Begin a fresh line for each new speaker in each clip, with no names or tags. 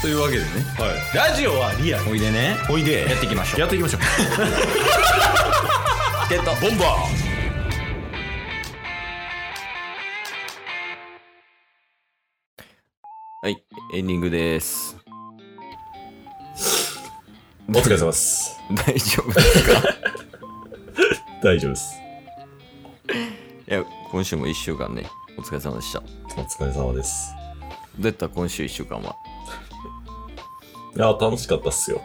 というわけでね
はい、ラジオはリアル
おいでね
おいで
やっていきましょう
やっていきまし ょう
ってた
ボンバ
はいエンディングです
ーお疲れ様です
大丈夫ですか
大丈夫です
いや今週も1週間ねお疲れ様でしたど
お疲れ様です
うやった今週1週間はい
や楽しかったっすよ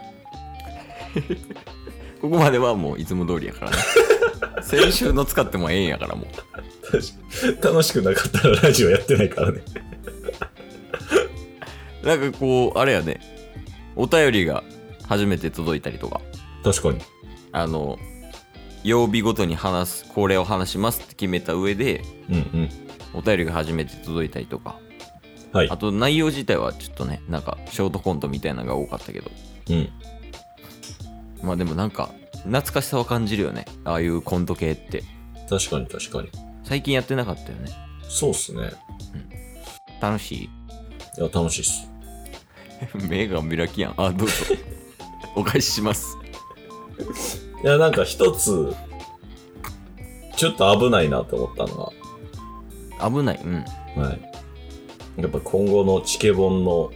ここまではもういつも通りやからね 先週の使ってもええんやからもう
確か楽しくなかったらラジオやってないからね
なんかこう、あれやね、お便りが初めて届いたりとか、
確かに
あの、曜日ごとに話す、これを話しますって決めた上で、
うんうん
お便りが初めて届いたりとか、
はい
あと内容自体はちょっとね、なんかショートコントみたいなのが多かったけど、
うん
まあでもなんか、懐かしさは感じるよね、ああいうコント系って。
確かに確かに
最近やってなかったよね。
そうっすね
楽しい
いや楽しいっす
目が開きやん。あ、ど うぞ。お返しします。
いやなんか一つちょっと危ないなと思ったのは
危ない。うん。
はい。やっぱ今後のチケボンの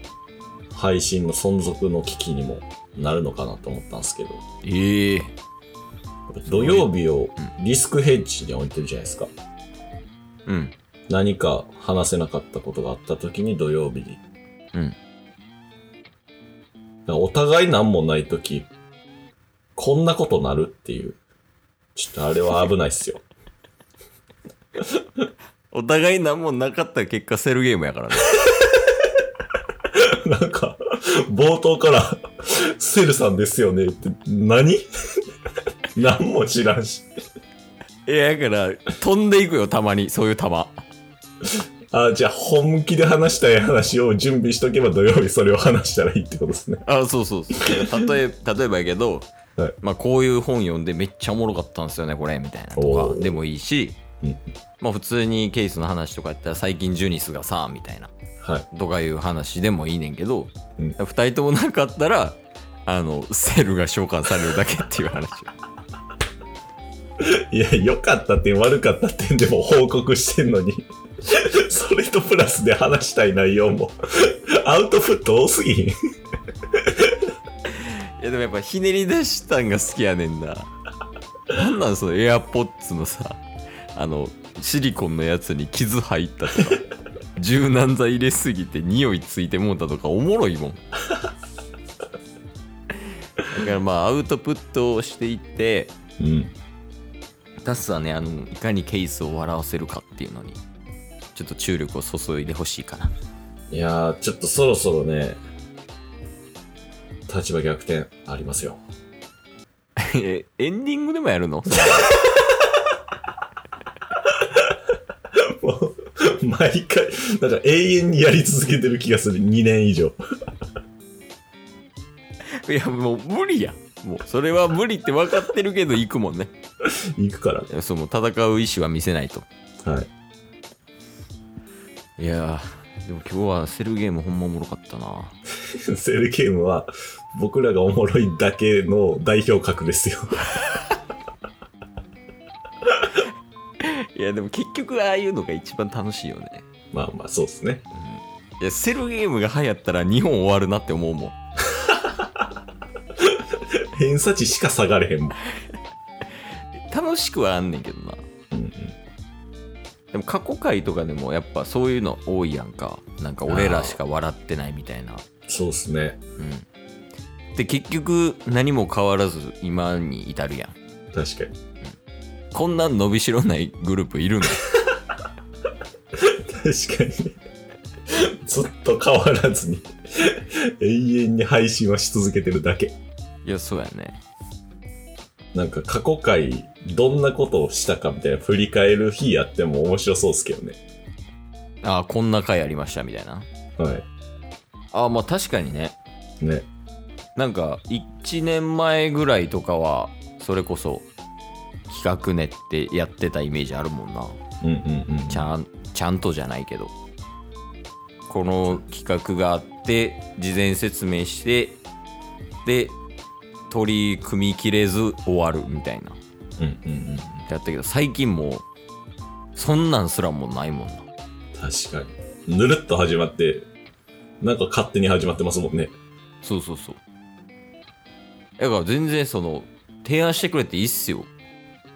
配信の存続の危機にもなるのかなと思ったんですけど、
ええ
土曜日をリスクヘッジに置いてるじゃないですか。
うん。
何か話せなかったことがあった時に土曜日に。
うん。
だからお互い何もない時、こんなことなるっていう。ちょっとあれは危ないっすよ。
お互い何もなかった結果セルゲームやからね。
なんか、冒頭から、セルさんですよねって何、 何も知らんし。
いや、だから、飛んでいくよ、たまに、そういう球。
あじゃあ本気で話したい話を準備しとけば土曜日それを話したらいいってことですね。
あ、そうそうそう。例え、例え ばやけど、
はい
まあ、こういう本読んでめっちゃおもろかったんですよね、これ、みたいなと
お
か、
ー
でもいいし、
うん
まあ、普通にケースの話とかやったら、最近ジュニスがさ、みたいな、
はい。
とかいう話でもいいねんけど、
う
二、
ん
人ともなかったら、あの、セルが召喚されるだけっていう話。
いや、良かった点悪かった点でも報告してんのに、 それとプラスで話したい内容も、アウトプット多すぎひん。
いやでもやっぱひねり出したんが好きやねんな。なんなんそのエアポッツのさ、あの、シリコンのやつに傷入ったとか、柔軟剤入れすぎて匂いついてもうたとかおもろいもん。だからまあアウトプットをしていって、
うん。
タスはね、あの、いかにケースを笑わせるかっていうのに、ちょっと注力を注いでほしいかな。
いやー、ちょっとそろそろね、立場逆転ありますよ。
え、エンディングでもやるの
もう、毎回、なんか永遠にやり続けてる気がする。2年以上。
いやもう無理や。もうそれは無理って分かってるけど行くもんね。
行くからね。
その戦う意思は見せないと。
はい。
いやー、でも今日はセルゲームほんまおもろかったな。
セルゲームは僕らがおもろいだけの代表格ですよ。
いや、でも結局ああいうのが一番楽しいよね。
まあまあそうですね。
いや、セルゲームが流行ったら日本終わるなって思うもん。
偏差値しか下がれへんもん。
楽しくはあんねんけどな。
うん
でも過去回とかでもやっぱそういうの多いやんか。なんか俺らしか笑ってないみたいな。
そうですね。
うん。で、結局何も変わらず今に至るやん。
確かに。
こんなん伸びしろないグループいるの
確かに。 ずっと変わらずに永遠に配信はし続けてるだけ。
いや、そうやね。
なんか過去回どんなことをしたかみたいな振り返る日やっても面白そうですけどね。
ああ、こんな回ありましたみたいな。
は
ああ、まあ確かにね。
い。ね。
なんか1年前ぐらいとかはそれこそ企画練ってやってたイメージあるもんな
うんうんうん。
ちゃんちゃんとじゃないけどこの企画があって事前説明してで取り組みきれず終わるみたいな
うんうんうん
やったけど最近もうそんなんすらもうないもんな
確かにぬるっと始まってなんか勝手に始まってますもんね
そうそうそうだから全然その提案してくれていいっすよ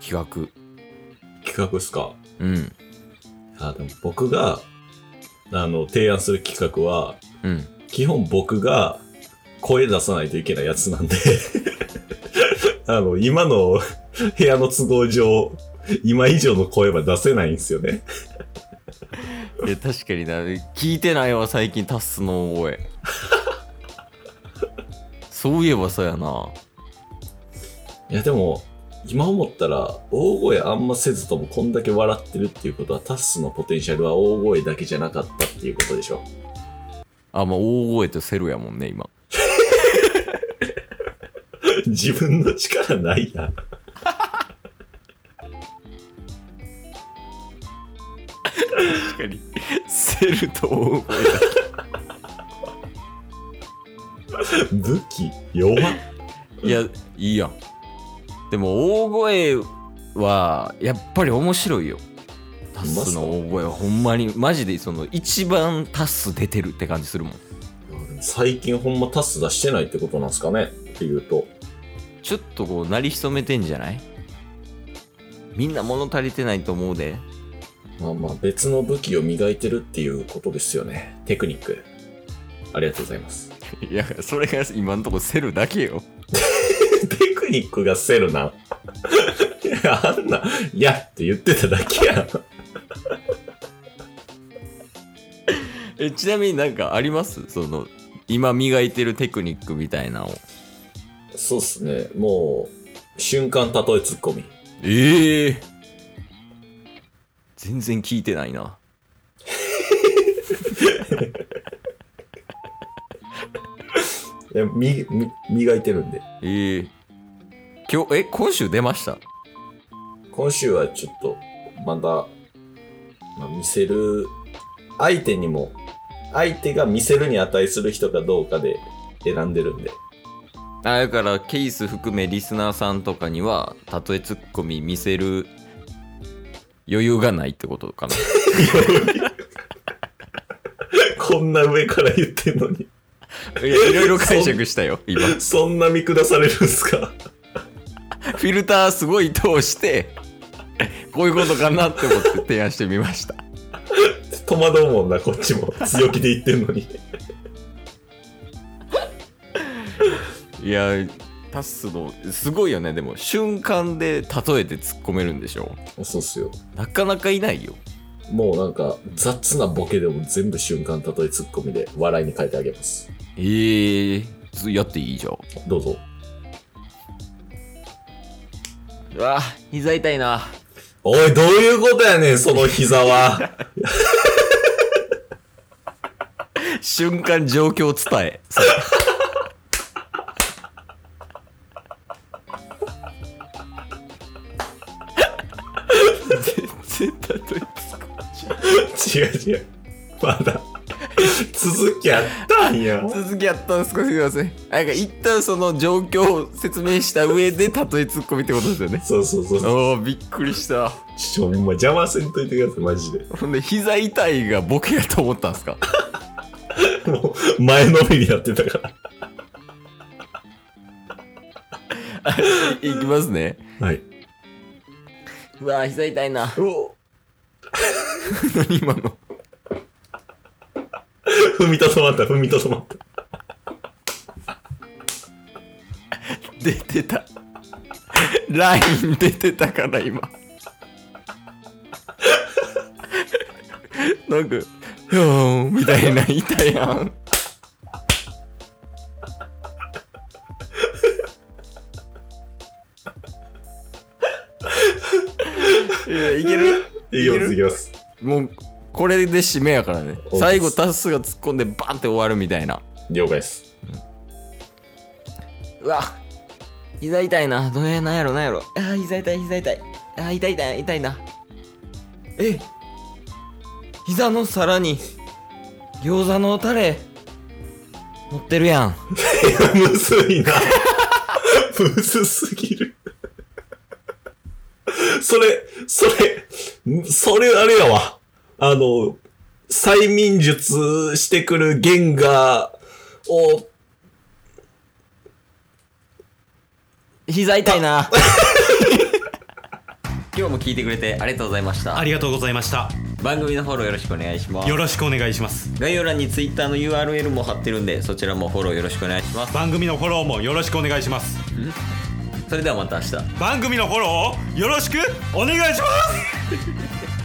企
企画っすか
画うん
あでも僕があの提案する企画は
うん
基本僕が声出さないといけないやつなんで あの今の部屋の都合上今以上の声は出せないんですよね
いや確かにな聞いてないわ最近タスの声そういえばそうやない
やでも今思ったら大声あんませずともこんだけ笑ってるっていうことはタッスのポテンシャルは大声だけじゃなかったっていうことでしょ
あまあ大声とセロやもんね今
自分の力ないな。
確かにセルと大声
武器弱
いやいいやんでも大声はやっぱり面白いよタスの大声はほんまにマジでその一番タス出てるって感じするもん
最近ほんまタッス出してないってことなんすかねっていうと。
ちょっとこう鳴り潜めてんじゃないみんな物足りてないと思うで
まあまあ別の武器を磨いてるっていうことですよね。テクニック。ありがとうございます。
いやそれが今のとこセルだけよ
テクニックがセルなん。 いやあんな、いやって言ってただけやん。
えちなみになんかありますその今磨いてるテクニックみたいなのを
そうっすね。もう、瞬間たとえツッコミ。
ええ全然聞いてないな
いやみみ磨いてるんで。
ええ今日え今週出ました
今週はちょっと、まだ、まあ、見せる、相手にも、相手が見せるに値する人かどうかで選んでるんで。
あだからケース含めリスナーさんとかにはたとえツッコミ見せる余裕がないってことかな
こんな上から言ってんのに、
いやいろいろ解釈したよ今フ
そんな見下されるんすか
ィルターすごい通してこういうことかなって思って提案してみました
戸惑うもんな、こっちも。強気で言ってんのに。
いやタッスのすごいよねでも瞬間で例えて突っ込めるんでしょ
そうっすよ。
なかなかいないよ
もうなんか、雑なボケでも全部瞬間たとえツッコミで笑いに変えてあげます。
えー、つやっていいじゃん
どうぞ。
うわ膝痛いな
おい、どういうことやねん、その膝は。
瞬間状況伝 え全然例えつか
違う違う。まだ、続きあったんや。
続きやったんですかすいませんなんか一旦その状況を説明した上で例えツッコミってことですよね
そうそうそう。
おおびっくりした
ちょ、ほんま邪魔せんといてください、マジで。
ほんで膝痛いがボケやと思ったんですか
もう、前のめりになってたから。
いきますね
はい。
うわ膝痛いな
お
何 今の
踏みとどまった、踏みとどまった。
出てたライン出てたから今 なんか「ふーん」みたいな痛いやんいやいける
いきます、いきます。
もうこれで締めやからね
す
最後タスが突っ込んでバンって終わるみたいな
了解です。
うわ膝痛いなどれなんやろなんやろあー膝痛い膝痛いあー痛い痛い痛いなえ膝の皿に餃子のタレ持ってるやん
むずいな。むずすぎる。それ、それ、それあれやわ。あの、催眠術してくるゲンガーを、
膝痛いな 今日も聞いてくれてありがとうございました
ありがとうございました
番組のフォローよろしくお願いします
よろしくお願いします
概要欄に Twitter の URL も貼ってるんでそちらもフォローよろしくお願いします
番組のフォローもよろしくお願いします
それではまた明日
番組のフォローをよろしくお願いします